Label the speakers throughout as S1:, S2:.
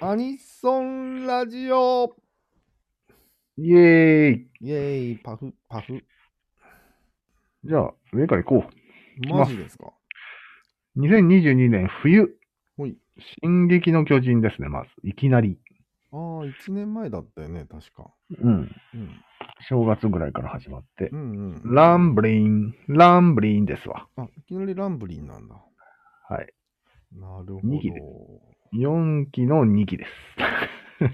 S1: アニソンラジオ
S2: イエーイ。
S1: イェーイ、パフ、パフ。
S2: じゃあ、上から行こ
S1: マジですか
S2: う。2022年冬。
S1: ほい。
S2: 進撃の巨人ですね、まず。いきなり。
S1: ああ、1年前だったよね、確か。
S2: うん。
S1: うん。
S2: 正月ぐらいから始まって
S1: う。んうん。
S2: ランブリン、ランブリンですわ。
S1: あ、いきなりランブリンなんだ。
S2: はい。
S1: なるほど。
S2: 二期で4期の2期です。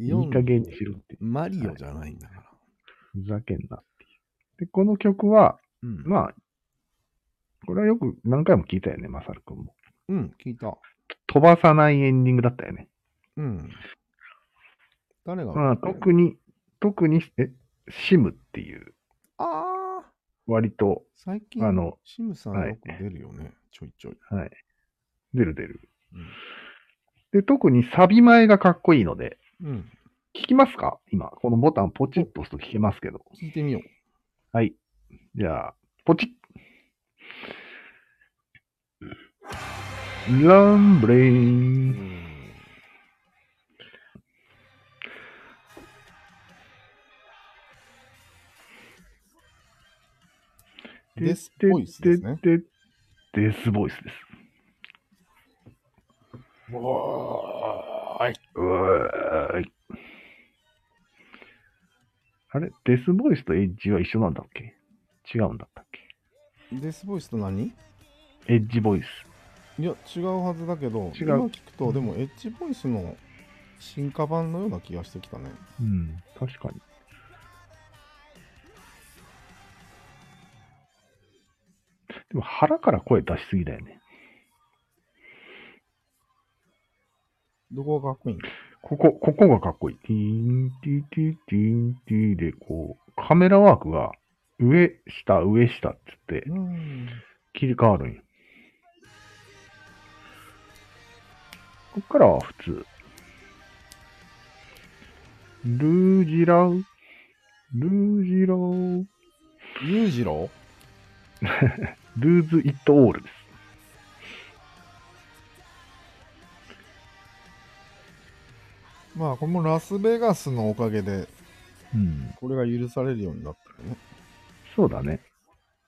S2: い
S1: 四
S2: い加減にしろって。
S1: マリオじゃないんだから。
S2: ふざけんなっていう。で、この曲は、
S1: うん。
S2: まあ、これはよく何回も聞いたよね、まさるくんも。
S1: うん、聞いた。
S2: 飛ばさないエンディングだったよね。
S1: うん。誰が、
S2: まあ、特に、特に、え、シムっていう、
S1: ああ、
S2: 割と、
S1: 最近、
S2: あの、
S1: シムさん
S2: はい
S1: よく出るよね、ちょいちょい。
S2: はい。出る出る。
S1: うん
S2: で、特にサビ前がかっこいいので、
S1: うん。
S2: 聞きますか今、このボタンポチッと押すと聞けますけど。
S1: 聞いてみよう。
S2: はい。じゃあ、ポチッ。ランブレイ
S1: う
S2: ン。
S1: んデスボイスですね。
S2: で。でデスボイスです。
S1: わーい。
S2: うわーいあれデスボイスとエッジは一緒なんだっけ違うんだったっ
S1: デスボイスと何い
S2: けエッジボイス。
S1: や、違うはずだけど、
S2: 違う
S1: 今聞くと、でもエッジボイスの進化版のような気がしてきたね。
S2: うん、確かに。でも腹から声出しすぎだよね。
S1: どこがかっこいいん
S2: ここ、ここがかっこいい。ティーン、ティーティーティーン、ティーで、こう、カメラワークが上、下、上、下って言って
S1: うん。
S2: 切り替わるんよ。こっからは普通。ルージラウ、ルージラウ。
S1: 裕次郎
S2: ルーズ・イット・オールです。
S1: まあ、これもラスベガスのおかげで、
S2: うん。
S1: これが許されるようになったよね。
S2: そうだね。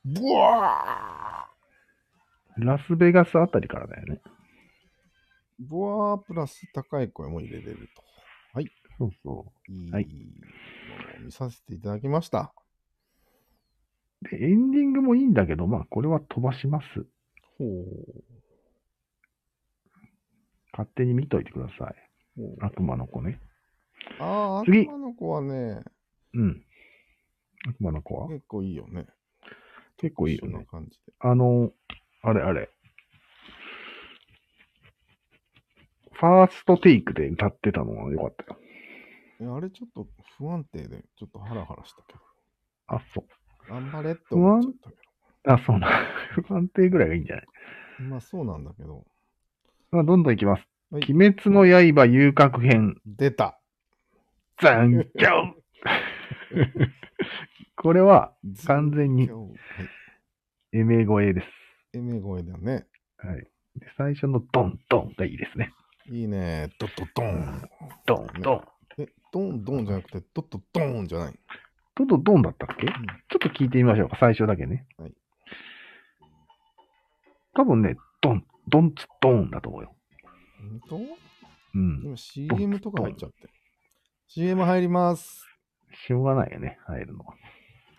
S1: ブワ
S2: ラスベガスあたりからだよね。
S1: ーブワープラス高い声も入れれると。
S2: そうそ
S1: いい
S2: はい
S1: のを見させていただきました。
S2: う。で、エンディングもいいんだけど、まあ、これは飛ばします。
S1: ほう。
S2: 勝手に見といてください。
S1: ほう
S2: 悪魔の子ね。
S1: ああ、
S2: 次
S1: 頭の子はね、
S2: うん。悪魔の子は
S1: 結構いいよね。
S2: 結構いいよ
S1: そんな
S2: ね。
S1: 感じで。
S2: あの、あれあれ。ファーストテイクで歌ってたのは良かったよ。
S1: えあれちょっと不安定で、ちょっとハラハラしたけど。
S2: あ、そう。
S1: 頑張れって思っちゃったけ
S2: あ、そうな。 不安定ぐらいがいいんじゃない
S1: ど。まあそうなんだけど。
S2: まあ、どんどんいきます。
S1: はい
S2: 鬼滅の刃遊郭編。
S1: 出た
S2: 残響 これは完全に
S1: ずっと今日はい
S2: エメ声です。
S1: えめ声だね。
S2: はい。で最初のドンドンがいいですね。
S1: いいね。ドッドドン。
S2: ドンドン。
S1: え、ドンドンじゃなくて、ドッドドンじゃない。
S2: ドドドンだったっけ、ちょっと聞いてみましょうか。最初だけね。
S1: はい。
S2: 多分ね、ドン、ドンツドンだと思うよ。
S1: 本
S2: う
S1: 当
S2: ん。
S1: 今 CM とか入っちゃって。CM 入ります。
S2: しょうがないよね、入るのは。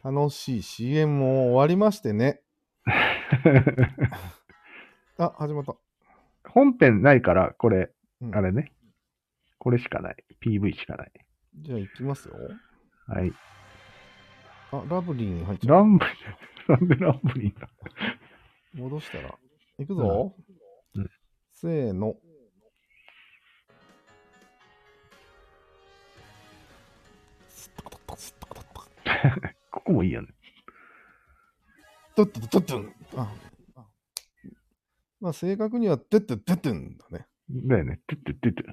S1: 楽しい CM も終わりまして ね。あ、始まった。
S2: 本編ないから、これ、
S1: うん
S2: あれね。これしかない。PV しかない。
S1: じゃあ行きますよ。
S2: はい。
S1: あ、ラブリーに入っちゃ
S2: ラ
S1: う。
S2: ンブリン、なんでランブリンだ
S1: 戻したら。行くぞ。
S2: うん
S1: せーの。
S2: ここもいいよね。
S1: ドッドッドッドンああまあ正確にはドッドッドッドンだね。
S2: だよね。てってってって。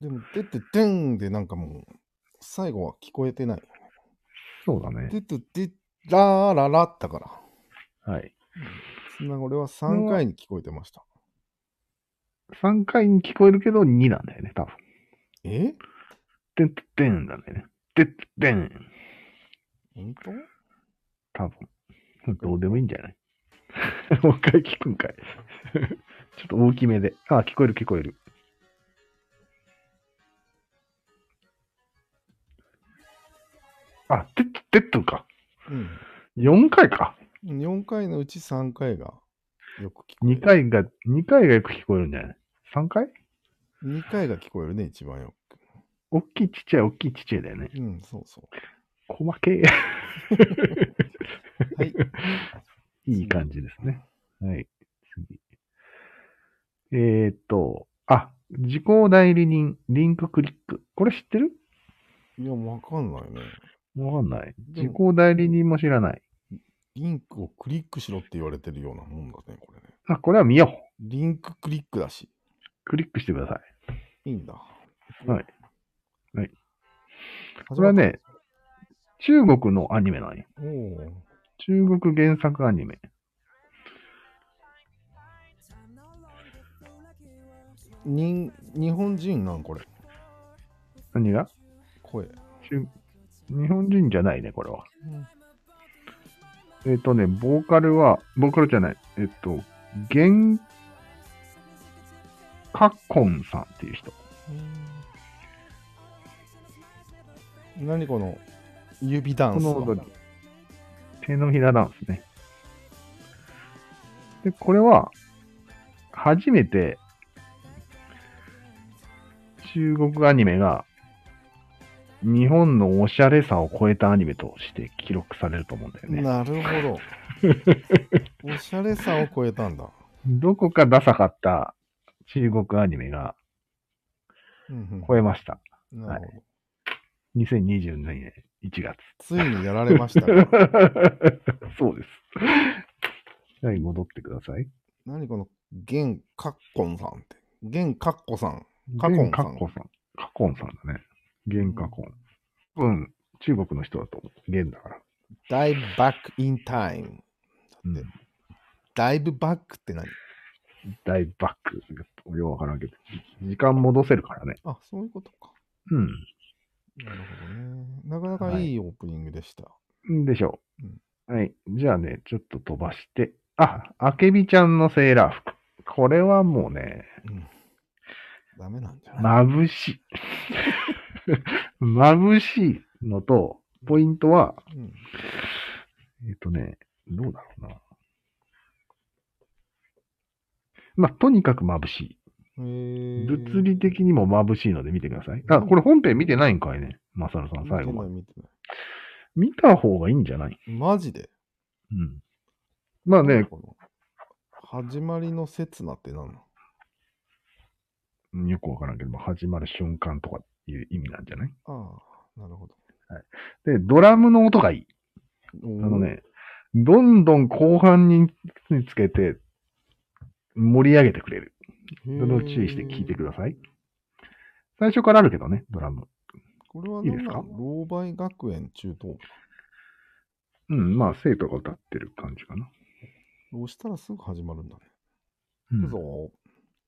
S1: でもドッドッドンでなんかもう最後は聞こえてない。
S2: そうだね。
S1: ドッドッドッラーララだから。
S2: はい。
S1: そんな俺は3回に聞こえてました。
S2: 3回に聞こえるけど2なんだよね、多分。
S1: え
S2: てんてってんなんだよね。てってってん。
S1: 本当
S2: 多分。どうでもいいんじゃない もう一回聞くんかい。 ちょっと大きめで。あ、聞こえる聞こえる。あ、てってってんか。4回か。
S1: うん。4回のうち3回がよく聞こえる。
S2: 2回が、2回がよく聞こえるんじゃない ?3 回
S1: 二回が聞こえるね、一番よ
S2: 大きいちっちゃい大きいちっちゃいだよね。
S1: く。うん、そうそう。
S2: 細けえ。
S1: はい。
S2: いい感じですね。はい。次。えーっと、あ、時効代理人、リンククリック。これ知ってる
S1: いや、わかんないね。
S2: わかんない。
S1: で
S2: 時
S1: も
S2: 効代理人も知らない。
S1: リンクをクリックしろって言われてるようなもんだね、これね。
S2: あ、これは見よう。
S1: リンククリックだし。
S2: クリックしてください。
S1: いいんだ。
S2: はい。はい。
S1: こ
S2: これはね、中国のアニメなんや。
S1: おー
S2: 中国原作アニメ。
S1: に日本人なんこれ、
S2: 何が
S1: 声。
S2: 中日本人じゃないね、これは。
S1: うん
S2: えーっとね、ボーカルは、ボーカルじゃない。えっと、ゲン、カッコンさんっていう人。
S1: 何この指ダ
S2: こ
S1: ンスは
S2: の踊り。手のひらダンスね。で、これは、初めて、中国アニメが、日本のおしゃれさを超えたアニメとして記録されると思うんだよね。
S1: なるほ ど。おしゃれさを超えたんだ。
S2: どこかダサかった中国アニメが
S1: うん
S2: 超えました。
S1: うん、なるほど。
S2: 2022年1月。
S1: ついにやられ ましたね。
S2: そうです。 はい、戻ってください。
S1: 何この玄カッコンさんって。玄カッコさん。カコンさん
S2: ゲカコンさん。カコンさんだね。ゲンカコン。うん、中国の人だと思う。ゲンだから。
S1: ダイブバックインタイム。
S2: うん
S1: でダイブバックって何
S2: 大バック。ようわからんけど。時間戻せるからね。
S1: あ、そういうことか。
S2: う
S1: なるほどね。なかなかいいオープニングでした。
S2: ん。でしょう。はい。じゃあね、ちょっと飛ばして。あ、あけびちゃんのセーラー服。これはもうね、
S1: ダメなんじゃない、
S2: 眩し い。眩しいのと、ポイントは、
S1: うん
S2: えっ、とね、どうだろうな。まあ、とにかく眩しい。
S1: えー
S2: 物理的にも眩しいので見てください。あ、これ本編見てないんかいね。マサルさん、最後まで。
S1: 見てない
S2: 見た方がいいんじゃない
S1: 見てないマジで
S2: うん。まあね、
S1: この始まりの刹那って何なの
S2: よくわからんけど、始まる瞬間とかいう意味なんじゃない
S1: ああ、なるほど。
S2: で、ドラムの音がいい。
S1: あ
S2: あの。ね、どんどん後半につけて、盛り上げてくれる。
S1: そ
S2: それを注意して聞いてください。最初からあるけどね、ドラム。
S1: これはい
S2: い
S1: 何
S2: で
S1: な
S2: すか
S1: の老梅学園中等部。
S2: うん、まあ、生徒が歌ってる感じかな。
S1: 押したらすぐ始まるんだね。
S2: うん、
S1: 行くぞ。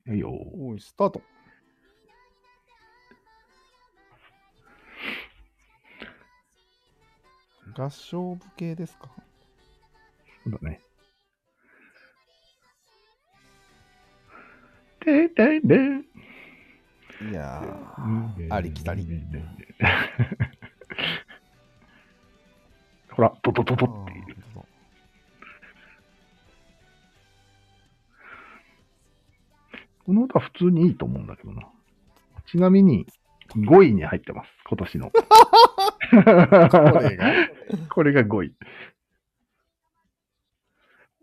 S2: はいよ。
S1: おい、スタート。合唱部系ですか
S2: そうだね。ててて
S1: いやー、ありきたり。。
S2: ほら、ととと
S1: あ
S2: と
S1: ー本当だ
S2: この歌普通にいいと思うんだけどな。ちなみに、5位に入ってます、今年の。
S1: これが
S2: これが5位。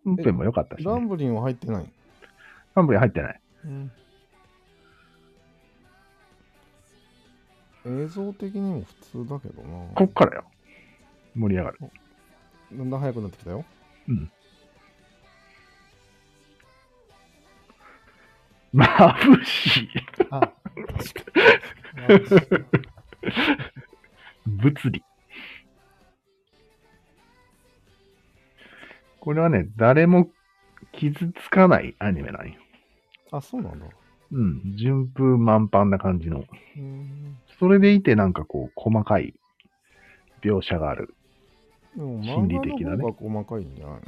S2: 本編も良かったし、
S1: ラ
S2: ね。
S1: ンブリンは入ってない。
S2: ランブリン入ってない。
S1: 映像的にも普通だけどな。
S2: こっからよ。盛り上がる。
S1: だんだん速くなってきたよ。
S2: 眩しい。
S1: あ、確かに。
S2: 物理。これはね、誰も傷つかないアニメなんよ。
S1: あ、そうなんだ。
S2: うん、順風満帆な感じの。
S1: うん
S2: それでいてなんかこう、細かい描写がある。
S1: でも
S2: 心
S1: 漫
S2: 理
S1: 画
S2: 的だ
S1: の
S2: ね
S1: 方が細かいんじゃない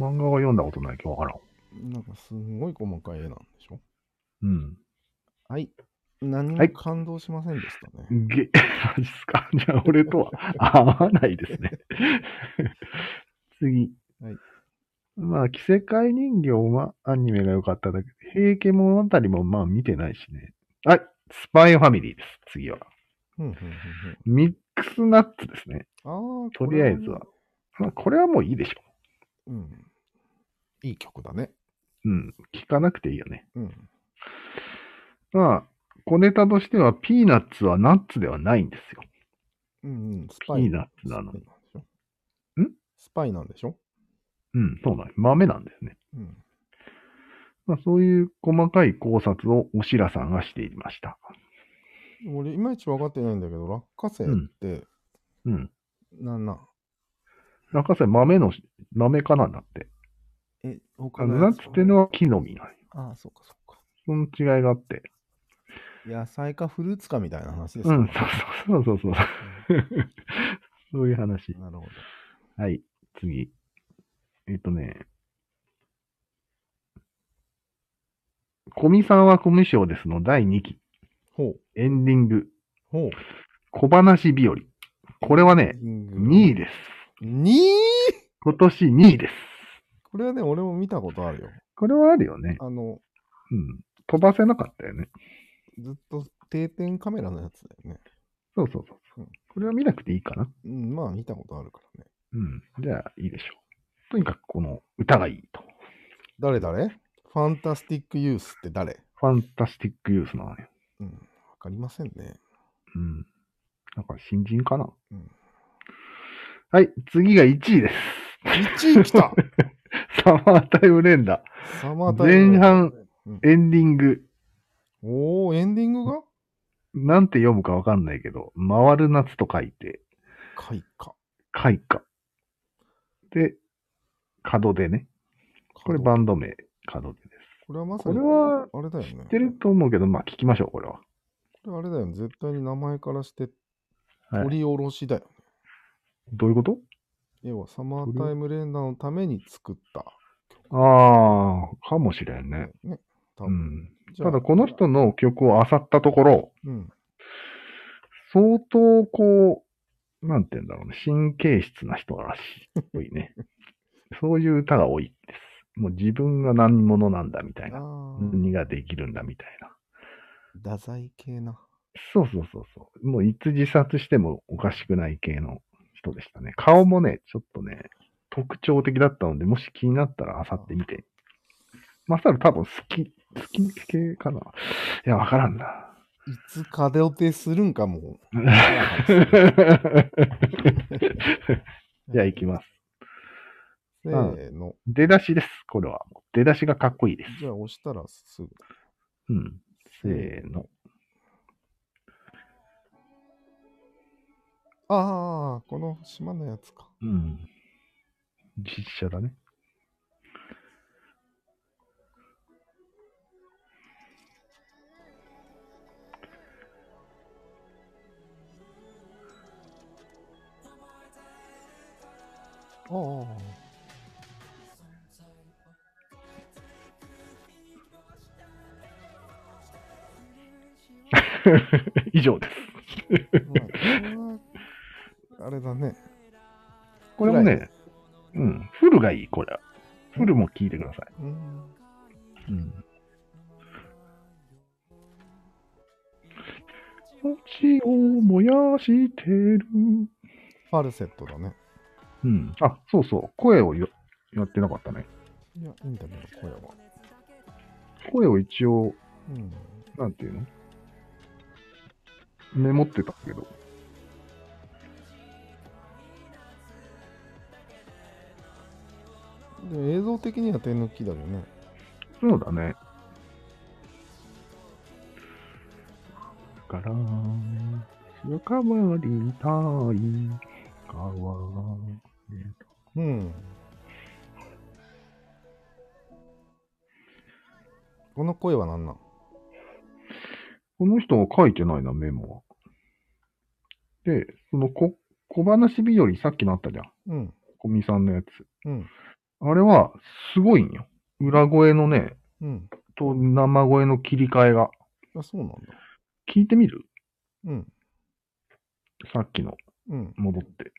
S2: 漫画は読んだことないけどわからん。
S1: のなんかすごい細かい絵なんでしょ
S2: うん。
S1: はい。何
S2: は
S1: も
S2: い
S1: 感動しませんでしたね。
S2: げ、 マジっすか。じゃあ、俺とは合わないですね。 次。
S1: はい
S2: まあ、着せ替え人形はアニメが良かっただけで、平家物語もまあ見てないしね。はい、スパイファミリーです。次は。
S1: うんうんうん
S2: ミックスナッツですね。
S1: うん、ああ、
S2: とりあえずは
S1: こ。
S2: まあ、これはもういいでしょ。
S1: れはね。うん。いい曲だね。
S2: うん。聞かなくていいよね。
S1: うん。
S2: まあ、小ネタとしては、ピーナッツはナッツではないんですよ。
S1: うんうん。ス
S2: ピ
S1: パイ
S2: ーナッツなの。ん
S1: スパイなんでしょんス
S2: うん、そうなん豆なんですね。
S1: パイなんでしょ
S2: まあ、そういう細かい考察をおしらさんがしていました。
S1: うん。俺、いまいち分かってないんだけど、落花生って、
S2: うん。
S1: なんなん
S2: 落花生豆の、豆科なんだって。
S1: え、他
S2: あ
S1: の
S2: の
S1: や
S2: ナッ
S1: つ
S2: ツっていうのは木の実なんよ
S1: ああ、そうかそうか。
S2: その違いがあって。
S1: 野菜かフルーツかみたいな話です
S2: う
S1: か、
S2: ん、そうそうそうそうそう。そういう話。
S1: なるほど。
S2: はい、次。えっとね。コミさんはコミショですの第2期。
S1: ほう。
S2: エンディング。
S1: ほう。
S2: 小話日和。これはね、2位
S1: で。
S2: です。
S1: 2位
S2: 今年2位です。
S1: これはね、俺も見たことあるよ。
S2: これはあるよね。
S1: あの、
S2: うん。飛ばせなかったよね。
S1: ずっと定点カメラのやつだよね。。
S2: そうそうそうそううんこれは見なくていいかな。
S1: うん、まあ見たことあるからね。
S2: うん。じゃあ、いいでしょう。とにかくこの歌がいいと。
S1: 誰誰ファンタスティックユースって誰
S2: ファンタスティックユースなのよ。
S1: うん、わかりませんね。
S2: うん。なんか新人かな。
S1: うん
S2: はい、次が1位です。
S1: 1位来 た
S2: サマータイム連打。
S1: サマータイム
S2: 前半。エンディング。
S1: おー、エンディングが
S2: なんて読むかわかんないけど、回る夏と書いて、
S1: 開花。
S2: 開花。で、角でね。これバンド名、角でです。
S1: これはまさに、
S2: これは
S1: あれだよね。
S2: 知ってると思うけど、まあ聞きましょう、これは。
S1: これあれだよね。絶対に名前からして、
S2: はい
S1: 取り下ろしだよね。
S2: どういうこと
S1: 要は、サマータイム連打のために作った。
S2: ああ、かもしれんね。
S1: ね。多
S2: う
S1: 分
S2: ん。
S1: じゃあ
S2: ただこの人の曲を漁ったところ、
S1: うん。
S2: 相当こう、なんて言うんだろうね、神経質な人らしい。多い ね。そういう歌が多いです。もう自分が何者なんだみたいな。
S1: ああ、
S2: 何ができるんだみたいな。
S1: 太宰系な。
S2: そうそうそうそう。もういつ自殺してもおかしくない系の人でしたね。顔もね、ちょっとね、特徴的だったので、もし気になったら漁ってみて。マサル多分好き、好き系かな。いや、わからんな。
S1: いつ風を手するんかもう。
S2: じゃあ行きます。
S1: せーの。
S2: 出だしです、これは。出だしがかっこいいです。
S1: じゃあ押したらすぐ。
S2: うん。せーの。
S1: ああ、この島のやつか。
S2: うん。実写だね。
S1: ああ。
S2: 以上です。
S1: まあこれはあれだね。
S2: これも
S1: フ
S2: ね、うん。フルがいい、これは。フルも聞いてください。
S1: うん。
S2: うん。星を燃やしてる。
S1: ファルセットだね。
S2: うん。あ、そうそう。声をよやってなかったね。
S1: いや、いいんだけど、声は。
S2: 声を一応、
S1: うん。
S2: なんていうのメモってたけど。
S1: で映像的には手抜きだよね。
S2: そうだね。から、仲間りたい川。
S1: うん。この声は何なん
S2: この人は書いてないな、メモは。で、そのこ小話日和、さっきのあったじゃん。
S1: うん。
S2: 小見さんのやつ。
S1: うん。
S2: あれは、すごいんよ。裏声のね、
S1: うん。
S2: と生声の切り替えが。
S1: あ、そうなんだ。
S2: 聞いてみる
S1: うん。
S2: さっきの、
S1: うん。
S2: 戻って。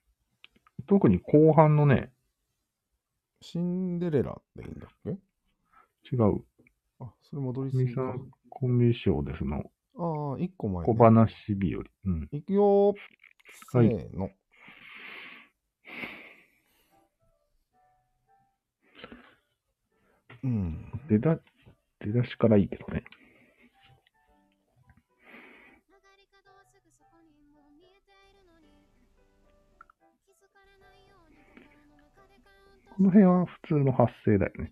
S2: 特に後半のね、
S1: シンデレラでいいんだっけ
S2: 違う、
S1: あ、それ戻りす
S2: 小見
S1: ぎ
S2: さ
S1: か。
S2: んコンビ賞ですの、
S1: ああ、一個前、ね。
S2: 小話日和。うん。
S1: いくよー。
S2: はい
S1: せーの。うん。
S2: 出だ、出だしからいいけどね。
S3: 曲がり角はすぐそこにもう見えているのに気づかれないように心の中でカウント
S2: この辺は普通の発声だよね。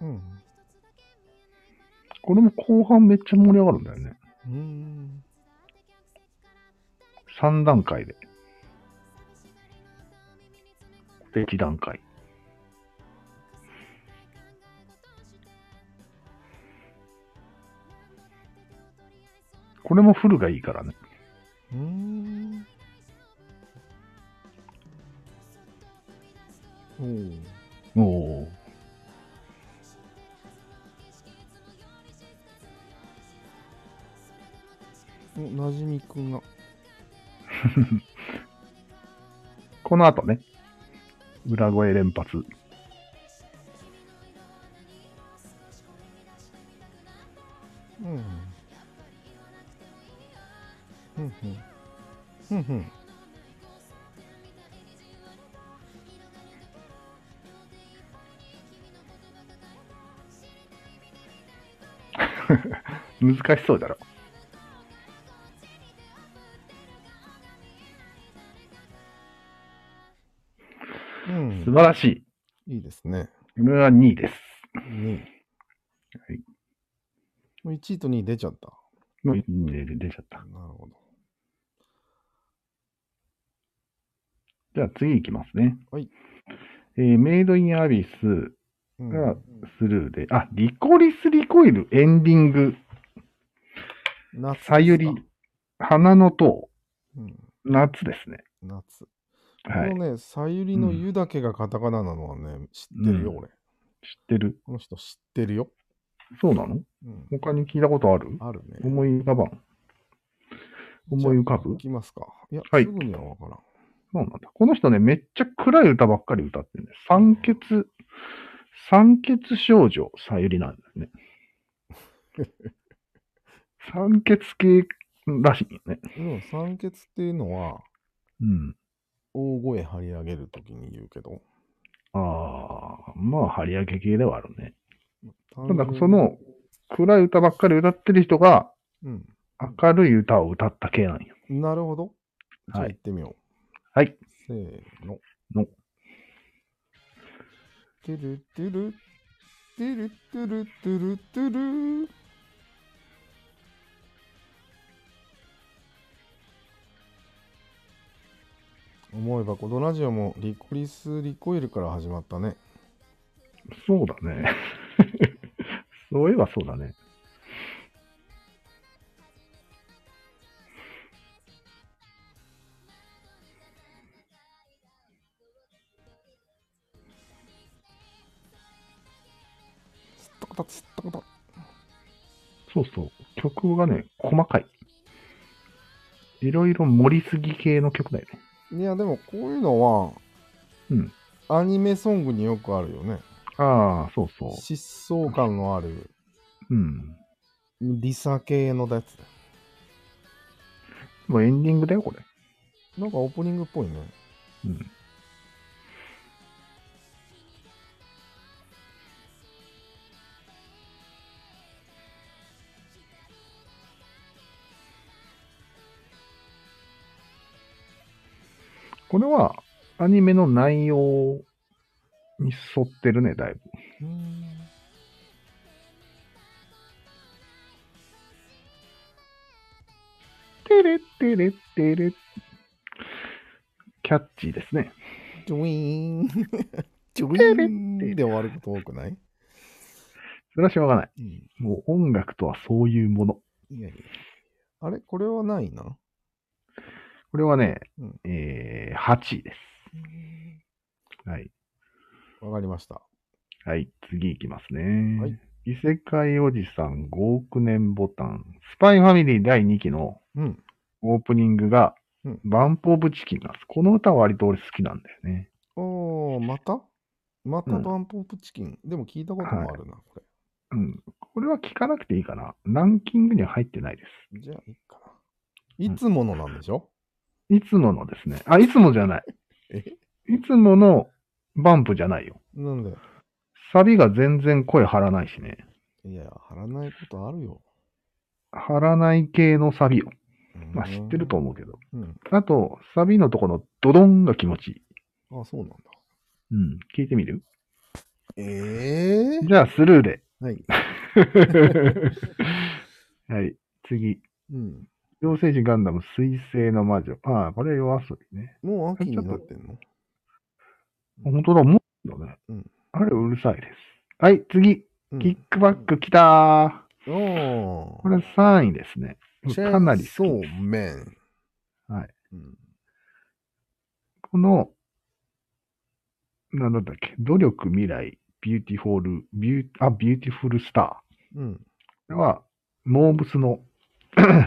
S1: うん
S2: これも後半めっちゃ盛り上がるんだよね。
S1: うーん。
S2: 3段階で。で、1段階。これもフルがいいからね。
S1: うーん。おー
S2: おお。
S1: お、なじみくんが。
S2: この後ね。裏声連発。
S1: うん。ふんふん。ふんふん。
S2: 難しそうだろ。
S1: う
S2: 素
S1: ん。
S2: 晴らしい。
S1: いいですね。
S2: これは2位です。
S1: 2位。
S2: い
S1: もう1位と2位出ちゃった。
S2: もういいね出ちゃった。
S1: なるほど。
S2: じゃあ次いきますね。
S1: はい。
S2: えーメイドインアビス、
S1: うん
S2: がスルーで、あ、リコリスリコイルエンディング、
S1: 夏ですか
S2: さゆり、花の塔、
S1: うん、
S2: 夏ですね。
S1: 夏。
S2: は
S1: こ
S2: い。
S1: のね、さゆりの湯だけがカタカナなのはね、知ってるよ、
S2: うん
S1: 俺。
S2: 知ってる
S1: この人知ってるよ。
S2: そうなの
S1: うん、
S2: 他に聞いたことある
S1: あるね。
S2: 思い浮かばん。思い浮か
S1: じゃあ
S2: ぶ
S1: いきますか。いや、
S2: はい
S1: すぐにはわからん。
S2: そうなんだ。この人ね、めっちゃ暗い歌ばっかり歌ってるね。酸欠、酸欠少女、さゆりなんだよね。 酸欠系らしいよね。
S1: でも、酸欠っていうのは、
S2: うん。
S1: 大声張り上げるときに言うけど。
S2: ああ、まあ、張り上げ系ではあるね。
S1: た
S2: ただ、そ、の、暗い歌ばっかり歌ってる人が、
S1: うん。
S2: 明るい歌を歌った系なんよ。
S1: なるほど。じゃあ
S2: はい
S1: 行ってみよう。
S2: はい。
S1: せーの。
S2: の。
S1: トゥルトゥル、トゥルトゥルトゥルトゥル。思えばこのラジオもリコリス・リコイルから始まったね。
S2: そうだね。 そういえばそうだね。
S1: すったことすったこと。
S2: そうそう。曲がね、細かい。いろいろ盛りすぎ系の曲だよね。
S1: いやでもこういうのは、
S2: うん
S1: アニメソングによくあるよね。
S2: ああ、そうそ
S1: 疾走感のある
S2: う。うん。
S1: リサ系のやつだよ
S2: もうエンディングだよ、これ。
S1: なんかオープニングっぽいね。
S2: うん。これはアニメの内容に沿ってるね、だいぶ。てれってれってれ。キャッチーですね。
S1: ジョイーン。ジョイ
S2: てれ
S1: ーンで終わること多くない
S2: それはしょうがない。
S1: うん。
S2: もう音楽とはそういうもの。
S1: いやいや。あれこれはないな。
S2: これはね、
S1: うん
S2: えー、8位です。はい。
S1: わかりました。
S2: はい、次いきますね。
S1: はい
S2: 異世界おじさん5億年ボタン。スパイファミリー第2期の
S1: うん。
S2: オープニングが、
S1: うん
S2: バンプオブチキンなんです。この歌は割と俺好きなんだよね。
S1: おー、またまた
S2: うん
S1: バンプオブチキン。でも聞いたこともあるな、こ
S2: うん。これは聞かなくていいかな。ランキングには入ってないです。
S1: れ。じゃあ、いいかな。いつものなんでしょ、
S2: いつものですね。あ、いつもじゃない。
S1: え
S2: いつものバンプじゃないよ。
S1: なんで
S2: サビが全然声張らないしね。
S1: いやいや、貼らないことあるよ。
S2: 張らない系のサビよ。まあ
S1: うん
S2: 知ってると思うけど。
S1: うん。
S2: あと、サビのとこのドドンが気持ちいい。
S1: あ、そうなんだ。
S2: うん。聞いてみる
S1: ええ
S2: じゃあ、スルーで。
S1: はい。
S2: はい。次。
S1: うん。
S2: 妖精児ガンダム水星の魔女。ああ、これ夜遊びね。
S1: もう秋になってんの
S2: 本当だ、もうだね。
S1: うん
S2: あれ、うるさいです。はい、次。
S1: うん
S2: キックバック来たー。
S1: お
S2: これ3位ですね。
S1: ー。
S2: かなり
S1: そ
S2: 好
S1: う
S2: き。
S1: めん。
S2: はい。
S1: うん。
S2: この、なんだっけ、努力、未来、ビューティフォール、ビュー、あ、ビューティフルスター。
S1: うん。
S2: これは、モーブスの、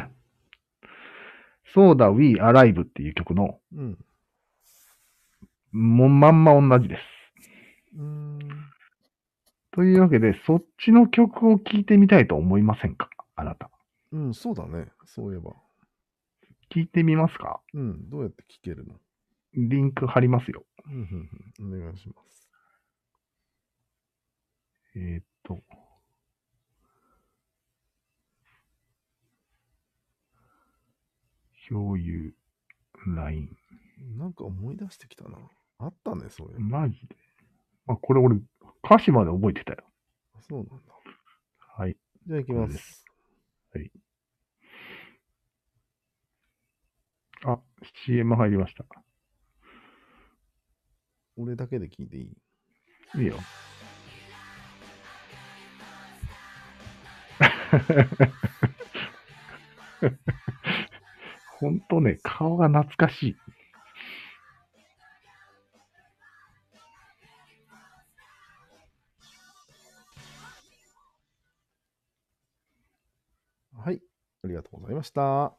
S2: そうだ、We Alive っていう曲の、
S1: うん。
S2: もうまんま同じです。
S1: うーん。
S2: というわけで、そっちの曲を聴いてみたいと思いませんかあなた。
S1: うん、そうだね。そういえば。
S2: 聴いてみますか
S1: うん。どうやって聞けるの
S2: リンク貼りますよ。
S1: うんうんうん。お願いします。
S2: えーっと。共有、LINE。
S1: なんか思い出してきたな。あったね、そういえば。
S2: マジで。あ、これ俺、歌詞まで覚えてたよ。
S1: そうなんだ。
S2: はい。
S1: じゃあ行きます。
S2: あ、CM 入りました。
S1: 俺だけで聞いていい
S2: いいよ。 ほんとね、顔が懐かしい。
S1: はい。ありがとうございました。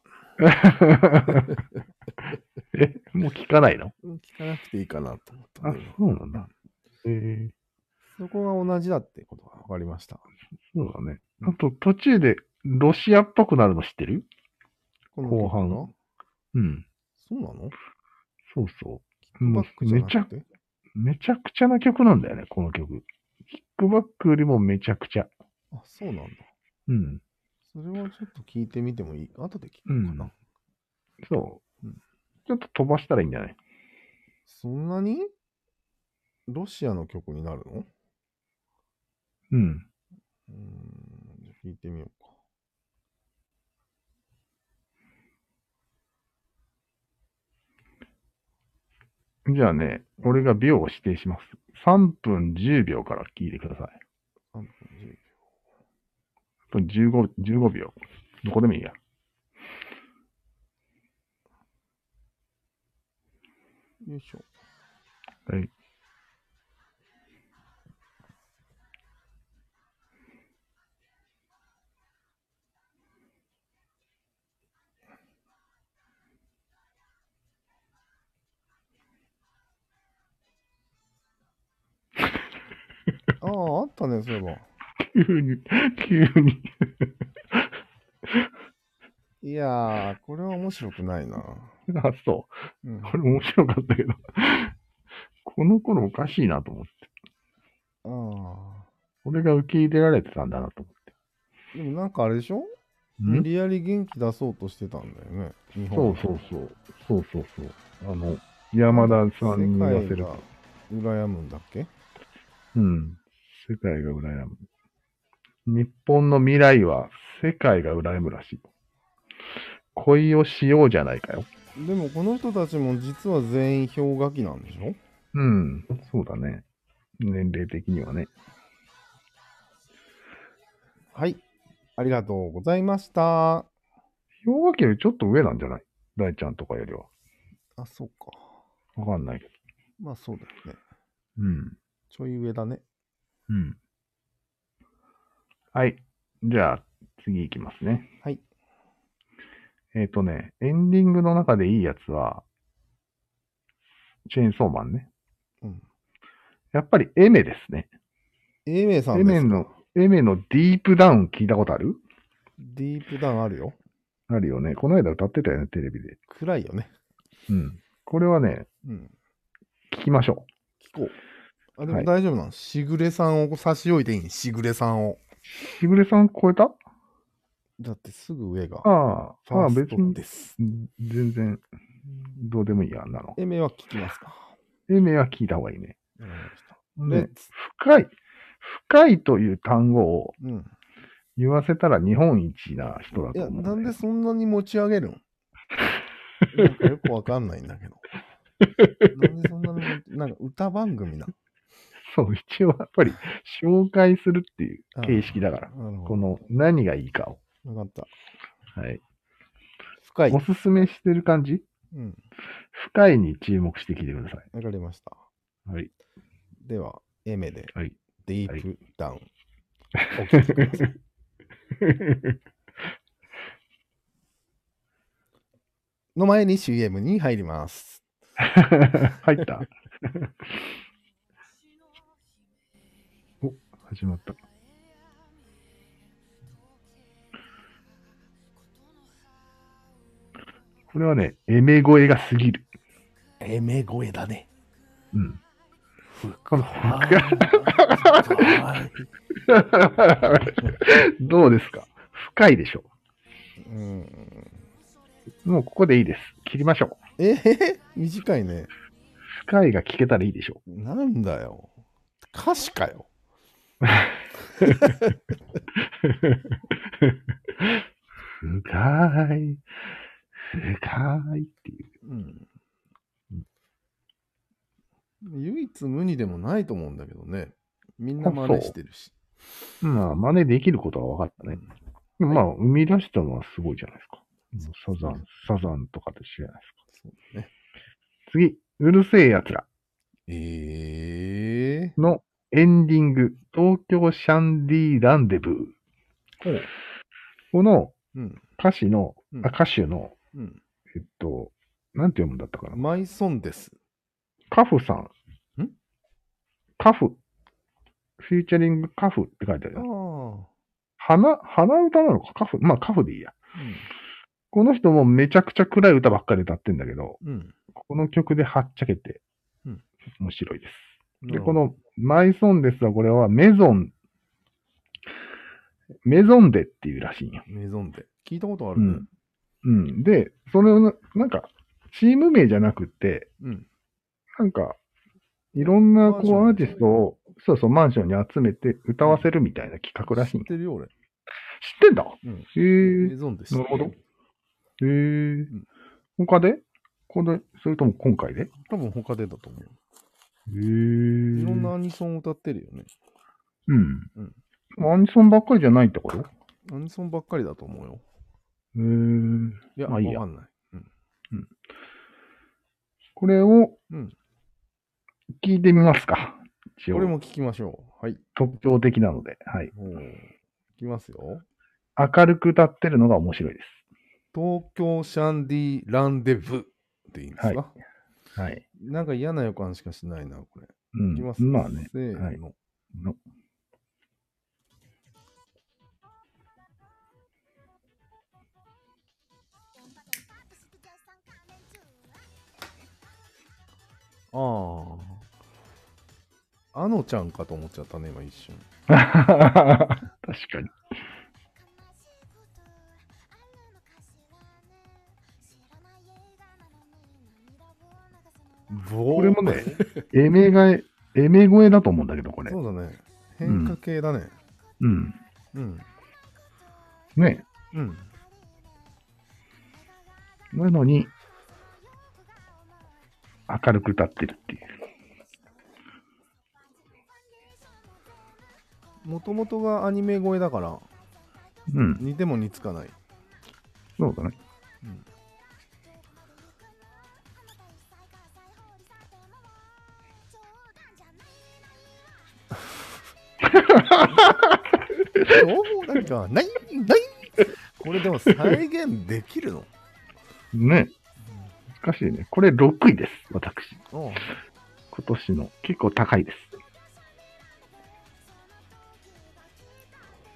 S2: え、もう聞かないの
S1: うん聞かなくていいかなと思った
S2: あ
S1: ね、今、
S2: そうなんだ。えー、
S1: そこが同じだってことが分かりました。
S2: そうだね。あと、途中でロシアっぽくなるの知ってる
S1: この
S2: 後半
S1: 曲が
S2: うん。
S1: そうなの
S2: そうそ
S1: キックバックじゃなくて
S2: う。めちゃくちゃな曲なんだよね、この曲。キックバックよりもめちゃくちゃ。
S1: あ、そうなんだ。
S2: うん。
S1: それはちょっと聞いてみてもいい。後で聞くのかな。
S2: うんそう
S1: うん。
S2: ちょっと飛ばしたらいいんじゃない
S1: そんなにロシアの曲になるの
S2: うん。
S1: うーん、じゃあ聞いてみようか。
S2: じゃあね、俺が秒を指定します。3分10秒から聞いてください。
S1: 3分
S2: あと15、15秒。どこでもいいや。
S1: 10秒。よいしょ。
S2: はい。
S1: ああ、あったね、そういえば。
S2: 急に、急に。
S1: いやー、これは面白くないな。
S2: あ、そう。
S1: うん、
S2: これ面白かったけど。この頃おかしいなと思って。
S1: あ
S2: 俺が受け入れられてたんだなと思って。
S1: あ。でもなんかあれでしょ無理やり元気出そうとしてたんだよね。日
S2: そ
S1: 本
S2: うそうそう。そうそうそう。あの、山田さんに言わせ
S1: 世界
S2: る
S1: が。羨むんだっけ
S2: うん。世界が羨む。日本の未来は世界が羨むらしい。恋をしようじゃないかよ。
S1: でもこの人たちも実は全員氷河期なんでしょ
S2: うん。そうだね。年齢的にはね。
S1: はい。ありがとうございました。
S2: 兵庫県よりちょっと上なんじゃない大ちゃんとかよりは。
S1: あ、そうか。
S2: わかんないけど。
S1: まあそうだよね。
S2: うん。
S1: ちょい上だね。
S2: うん。はい。じゃあ、次行きますね。
S1: はい。
S2: えっ、とね、エンディングの中でいいやつは、チェーンソーマンね。
S1: うん。
S2: やっぱりエメですね。
S1: エメさ
S2: エ
S1: んで
S2: メ
S1: す
S2: の、エメのディープダウン聞いたことある
S1: ディープダウンあるよ。
S2: あるよね。この間歌ってたよね、テレビで。
S1: 暗いよね。
S2: うん。これはね、
S1: うん。
S2: 聞きましょ
S1: 聞こう。あ、で
S2: は
S1: も
S2: い
S1: 大丈夫なのしぐれさんを差し置いていいんしぐれさんを。
S2: う。しぐれさん超えた
S1: だってすぐ上が。
S2: ああ、
S1: フ
S2: あ
S1: ァ
S2: あ、
S1: ース
S2: 別
S1: ト
S2: に
S1: で、す。
S2: 全然、どうでもいいや、あんなの。
S1: エメは聞きますか。
S2: エメは聞いた方がいいね。
S1: わかりましたレ
S2: ね
S1: ッ、ツ。
S2: 深い、深いという単語を
S1: うん。
S2: 言わせたら日本一な人だ
S1: い
S2: と
S1: や、
S2: 思う、
S1: なんでそんなに持ち上げ るのなんかよくわかんないんだけど。なんでそんなに持ち、なんか歌番組な
S2: そう、一応やっぱり紹介するっていう
S1: ああ
S2: 形式だから。
S1: の。なるほど
S2: この何がいいかを。
S1: わかった。
S2: はい。
S1: 深い
S2: お。すすめしてる感じ
S1: うん。
S2: 深いに注目して聞いてくださ
S1: わかりました。
S2: い。はい。
S1: では、エメで、
S2: はい
S1: ディープダウン。お聞きください の前に CM に入ります。
S2: 入ったお、始まった。これはね、エメ声がすぎる。
S1: エメ声だね。
S2: うん。この どうですか深いでしょ
S1: うん、
S2: もうここでいいです。切りましょう。
S1: えー、短いね。
S2: 深いが聞けたらいいでしょ
S1: なんだよ。歌詞かよ。
S2: う。深い。深いっていう。
S1: うん。唯一無二でもないと思うんだけどね。みんな真似してるし。
S2: まあ、真似できることは分かったね。でもまあ、生み出したのはすごいじゃないですか。サザン、サザンとかと一緒じゃないです
S1: そうだね。
S2: か。次、うるせえ奴ら
S1: ええ
S2: のエンディング、東京シャンディランデブー。
S1: ー。
S2: この
S1: うん。
S2: 歌詞の、
S1: うん
S2: あ歌手の、
S1: うん。
S2: えっと、なんて読むんだったかな。
S1: マイソンです。
S2: カフさん。
S1: ん
S2: カフ。フューチャリングカフって書いてある
S1: ああ。
S2: よ。
S1: うん
S2: 花、花歌なのかカフまあカフでいいや。この人もめちゃくちゃ暗い歌ばっかり歌ってんだけど、
S1: うん。
S2: この曲ではっちゃけて
S1: うん、
S2: 面白いです。
S1: な
S2: で、
S1: る
S2: こ
S1: ほど、
S2: のマイソンですは、これはメゾン、メゾンデっていうらしいんよ。
S1: メゾンで。聞いたことあ
S2: う
S1: るね。
S2: ん。うん。で、それを、なんか、チーム名じゃなくて、
S1: うん。
S2: なんか、いろんな、こう、
S1: マ
S2: ア
S1: ン
S2: ー
S1: ション
S2: ティストを、そうそう、マンションに集めて歌わせるみたいな企画らしい
S1: 知っ
S2: んよ
S1: てるよ、俺。
S2: 知ってんだ
S1: うん。
S2: へ
S1: メ
S2: え。
S1: ゾンで知って
S2: なるほど。へえ
S1: ん。
S2: 他でこれ、それとも今回でへ
S1: 多分他でだと思う。
S2: え。
S1: い
S2: い
S1: ろんなアニソンを歌ってるよね。
S2: うん
S1: うん。
S2: アニソンばっかりじゃないってことへ
S1: アニソンばっかりだと思うよ。
S2: ー
S1: いや、
S2: ま
S1: わ
S2: あいいや
S1: かんない。
S2: これを
S1: うん。
S2: 聞いてみますか。一
S1: これ
S2: 応、
S1: も聞きましょう。はい。
S2: 特徴的なので。はい。
S1: おーいきますよ。
S2: 明るく歌ってるのが面白いで
S1: 東京シャンディランデブっていいんですか、
S2: はす。はい。
S1: なんか嫌な予感しかしないな、これ。
S2: う
S1: い
S2: ん
S1: きます。
S2: まあね。
S1: せーの。
S2: の
S1: ああ。あのちゃんかと思っちゃったね、今一瞬。
S2: 確かに。
S1: こ
S2: これもね、エメが、エメ声だと思うんだけど、これ。
S1: そうだね。変化系だね。
S2: うん。
S1: うん。
S2: ね。
S1: うん。
S2: なのに、明るく歌ってるっていう。
S1: もともとがアニメ声だから、
S2: うん。
S1: 似ても似つかない。
S2: そうだね。
S1: うんそうなんか、ない、ないこれでも再現できるの
S2: ね。難しいね。これ6位です。私。
S1: うん
S2: 今年の。結構高いです。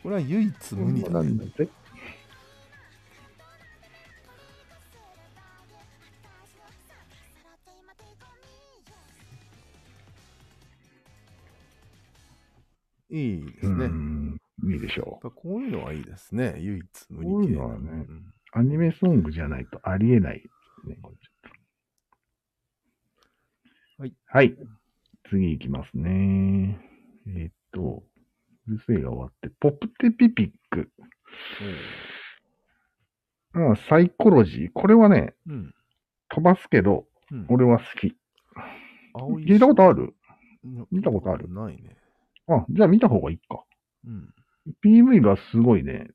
S1: これは唯一無二だ、ね。
S2: だぜ。
S1: いいです
S2: う
S1: ね。やっ
S2: ん。いいでしょう。
S1: ぱこういうのはいいですね。唯一無
S2: こう
S1: 二
S2: いう
S1: 系
S2: のはね
S1: ん
S2: アニメソングじゃないとありえないですね。これちょっと
S1: はい。
S2: はい。次いきますね。えーっと、うるせえが終わって、ポプテピピック。ああサイコロジー。これはね、
S1: うん。
S2: 飛ばすけど、
S1: うん。
S2: 俺は好き。
S1: 青い
S2: 聞いたことある
S1: 見
S2: 見たことある
S1: ないね。
S2: あ、じゃあ見た方がいいか。
S1: うん。
S2: PV がすごいね、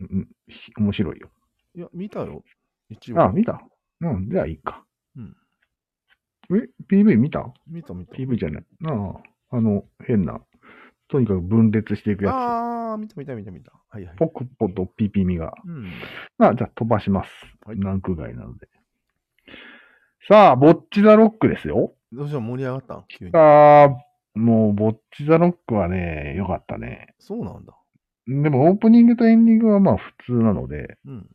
S2: うん、ひ面白いよ。
S1: いや、見たよ。一応。
S2: あ、見たうん、じゃあいいか。
S1: うん。
S2: え、PV 見た
S1: 見た見た。
S2: ?PV じゃない。ああ、あの、変な、とにかく分裂していくや
S1: あー、見た見た見た見た。はいはい
S2: つ。。ポクポとピピミが。
S1: うん。
S2: あ、じゃあ飛ばします。
S1: はい
S2: ランク外なので。さあ、ボッチザロックですよ。
S1: どうした盛り上がった急に。
S2: さあ、もう、ボッチザロックはね、良かったね。
S1: そうなんだ。
S2: でも、オープニングとエンディングはまあ普通なので、
S1: うん。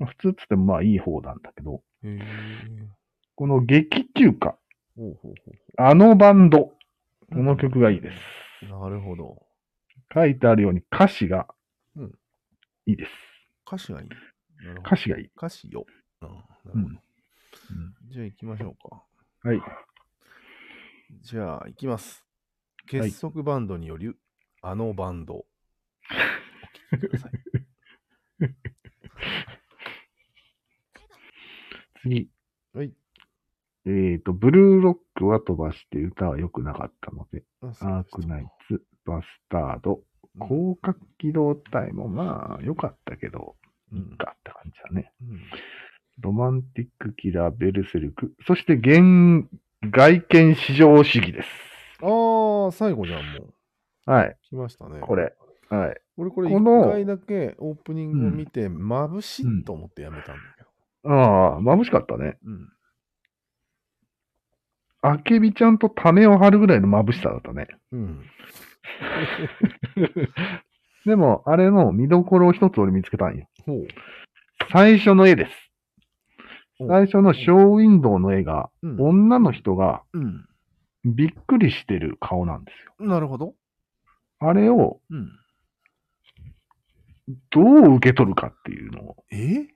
S2: まあ普通っつってもまあいい方なんだけど、
S1: へえ。
S2: この劇中歌、
S1: ほうほうほ
S2: あのバンド、こ
S1: うん
S2: の曲がいいです。
S1: う。なるほど。
S2: 書いてあるように歌詞が
S1: うん
S2: いいです。
S1: 歌詞がいい。なるほど
S2: 歌詞がいい。
S1: 歌詞よ。うん。なるほど
S2: うん
S1: じゃあ行きましょうか。
S2: はい。
S1: じゃあ行きます。
S2: はい
S1: 結束バンドによるあのバンド。お聞きください
S2: 次。
S1: はい。
S2: えっ、と、ブルーロックは飛ばして歌は良くなかったので、
S1: あそう
S2: アー
S1: で
S2: ク
S1: した
S2: ナイツ、バスタード、
S1: うん
S2: 広角機動隊もまあ良かったけど、
S1: う
S2: い
S1: ん
S2: いかって感じだね。
S1: うん
S2: ロマンティックキラー、ベルセルク、そして現、外見至上主義です。
S1: ああ、最後じゃん、もう。
S2: はい、
S1: 来ましたね。
S2: こ。れ。はい。
S1: 俺これ
S2: この
S1: 1回だけオープニングを見て、眩しいと思ってやめたんだけど。
S2: ああ、眩しかったね。
S1: うん。
S2: あけびちゃんとタメを張るぐらいの眩しさだったね。
S1: うん。
S2: でも、あれの見どころを一つ俺見つけたんよ。
S1: ほう。
S2: 最初の絵です。
S1: お
S2: 最初のショーウィンドウの絵が、
S1: うん
S2: 女の人が
S1: うん。
S2: びっくりしてる顔なんですよ。
S1: なるほど。
S2: あれを
S1: うん。
S2: どう受け取るかっていうのを、
S1: え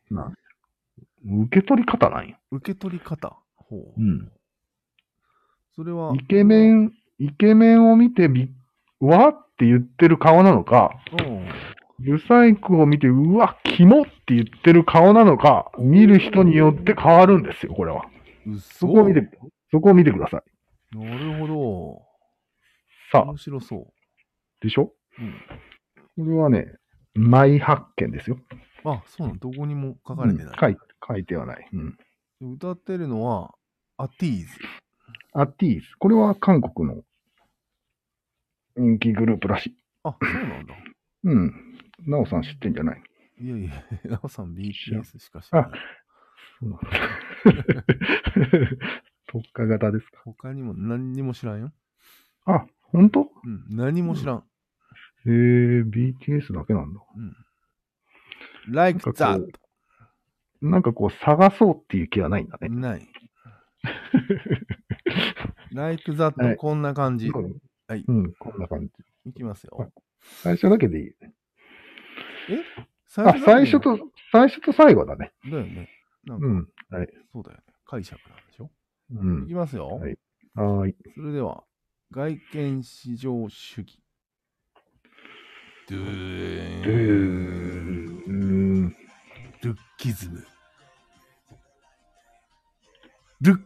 S2: 受け取り方なんよ。
S1: 受け取り方。ほう。
S2: うん。
S1: それは、
S2: イケメン、イケメンを見てびっ、わって言ってる顔なのか、
S1: うん。
S2: ブサイクを見て、うわ、キモって言ってる顔なのか、見る人によって変わるんですよ、これは。
S1: 嘘
S2: そこを見て、そこを見てください。
S1: なるほ
S2: さ
S1: ど。
S2: あ
S1: 面、白そ
S2: でしょ
S1: う。うん。
S2: これはね、毎発見ですよ。
S1: あ、そうなの。どこにも書かれてない。
S2: うん書い書いてはない。うん。
S1: 歌ってるのは、アティーズ。
S2: アティーズ。これは韓国の人気グループらしい。
S1: あ、そうなんだ。
S2: うん。なおさん知ってんじゃない
S1: いやいや、なおさん
S2: 知らん
S1: BTS しか知らない。
S2: そうなんだ特化型ですか
S1: 他にも何にも知らんよ。
S2: あ、ほんと
S1: うん、何も知らん。
S2: へえ、BTS だけなんだ。
S1: うん。like
S2: なんか
S1: that!
S2: こなんかこう、探そうっていう気はないんだね。
S1: ない。like that
S2: はい
S1: こんな感じ。はい
S2: うん、こんな感じ。
S1: いきますよ
S2: はい。最初だけでいい。
S1: 最
S2: あ、最初
S1: だ
S2: と、最初と最後だね。
S1: けだよね。なん
S2: う
S1: か、
S2: ん。
S1: そうだよね。解釈なんでしょ
S2: う
S1: い
S2: ん。
S1: きますよ
S2: は。いはーい。
S1: それでは、外見至上主義。ドゥー
S2: う
S1: ン
S2: ーん。
S1: ルッキズム。ルッ。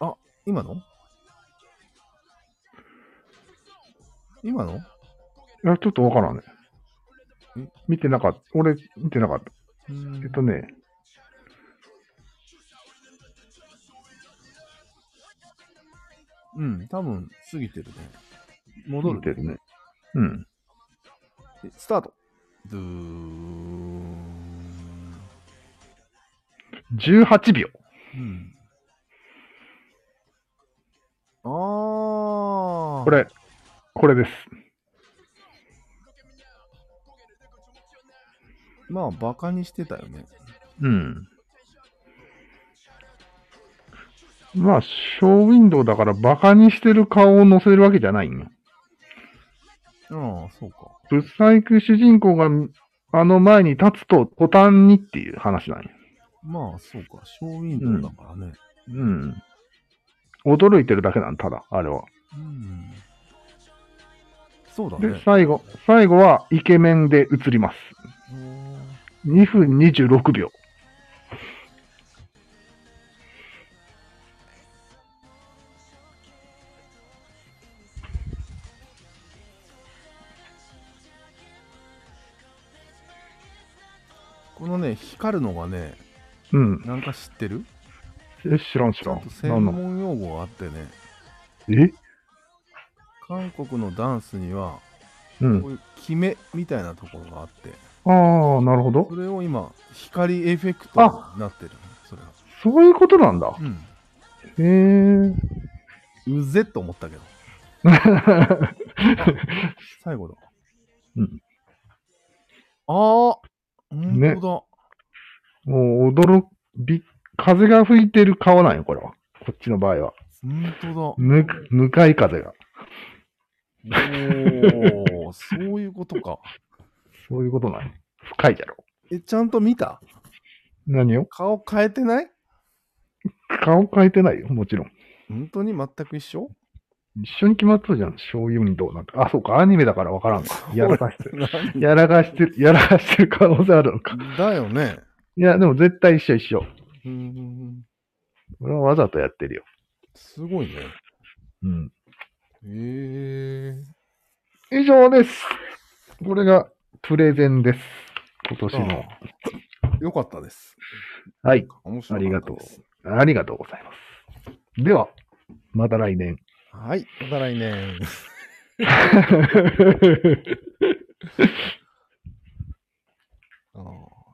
S1: あ、今の今の
S2: いや、ちょっとわからんね。見てなかった。俺、見てなかった。
S1: うん
S2: えっとね、
S1: うん、多分過ぎてるね。戻
S2: 戻
S1: る
S2: ってるね。うん。
S1: でスタート。ドゥーン。
S2: 18秒。
S1: うん。ああ。
S2: こ。れ、これです。
S1: まあ、バカにしてたよね。
S2: うん。まあ、ショーウィンドウだからバカにしてる顔を載せるわけじゃないんよ。
S1: ああ、そうか。
S2: ブサイク主人公があの前に立つと途端にっていう話なんよ。
S1: まあ、そうか。ショーウィンドウだからね。
S2: うん。驚いてるだけなん、ただ、あれは。
S1: うん。そうだ
S2: で
S1: ね、。
S2: 最後、最後はイケメンで映ります。
S1: おー
S2: 2分26秒。
S1: このね、光るのがね、
S2: うん。
S1: なんか知ってる
S2: え知らん知
S1: ち
S2: ら
S1: ゃ
S2: ん
S1: んと。専
S2: 何の
S1: 門用語があってね、
S2: え
S1: 韓国のダンスには、
S2: うん。
S1: こういう決めみたいなところがあって、
S2: ああ、なるほど
S1: そ。れを今、光エフェクトになってる。それは。
S2: そういうことなんだ。
S1: うん。
S2: へえ。
S1: うぜっと思ったけど。最後だ。
S2: うん。
S1: ああ本当
S2: もう驚くび、風が吹いてる顔なんよ、これは。こっちの場合は。
S1: だ。本当だ。
S2: む、向かい風が。
S1: おお、そういうことか。
S2: そういうことなんよ。深いじゃろ。
S1: え、ちゃんと見た
S2: 何を
S1: 顔変えてない
S2: 顔変えてないよ、もちろん。
S1: 本当に全く一緒
S2: 一緒に決まったじゃん、ショーウィンドウなんか。あ、そうか、アニメだからわからんか。やらかしてる。
S1: 何
S2: やらかしてる、やらかしてる可能性あるのか。
S1: だよね。
S2: いや、でも絶対一緒一緒。
S1: うん。
S2: 俺はわざとやってるよ。
S1: すごいね。
S2: うん。
S1: へえ。
S2: 以上です。これがプレゼンです。今年の。
S1: よかったです。
S2: はい。
S1: 面白かったです。
S2: ありがとうございます。では、また来年。
S1: はい。また来年。ああ。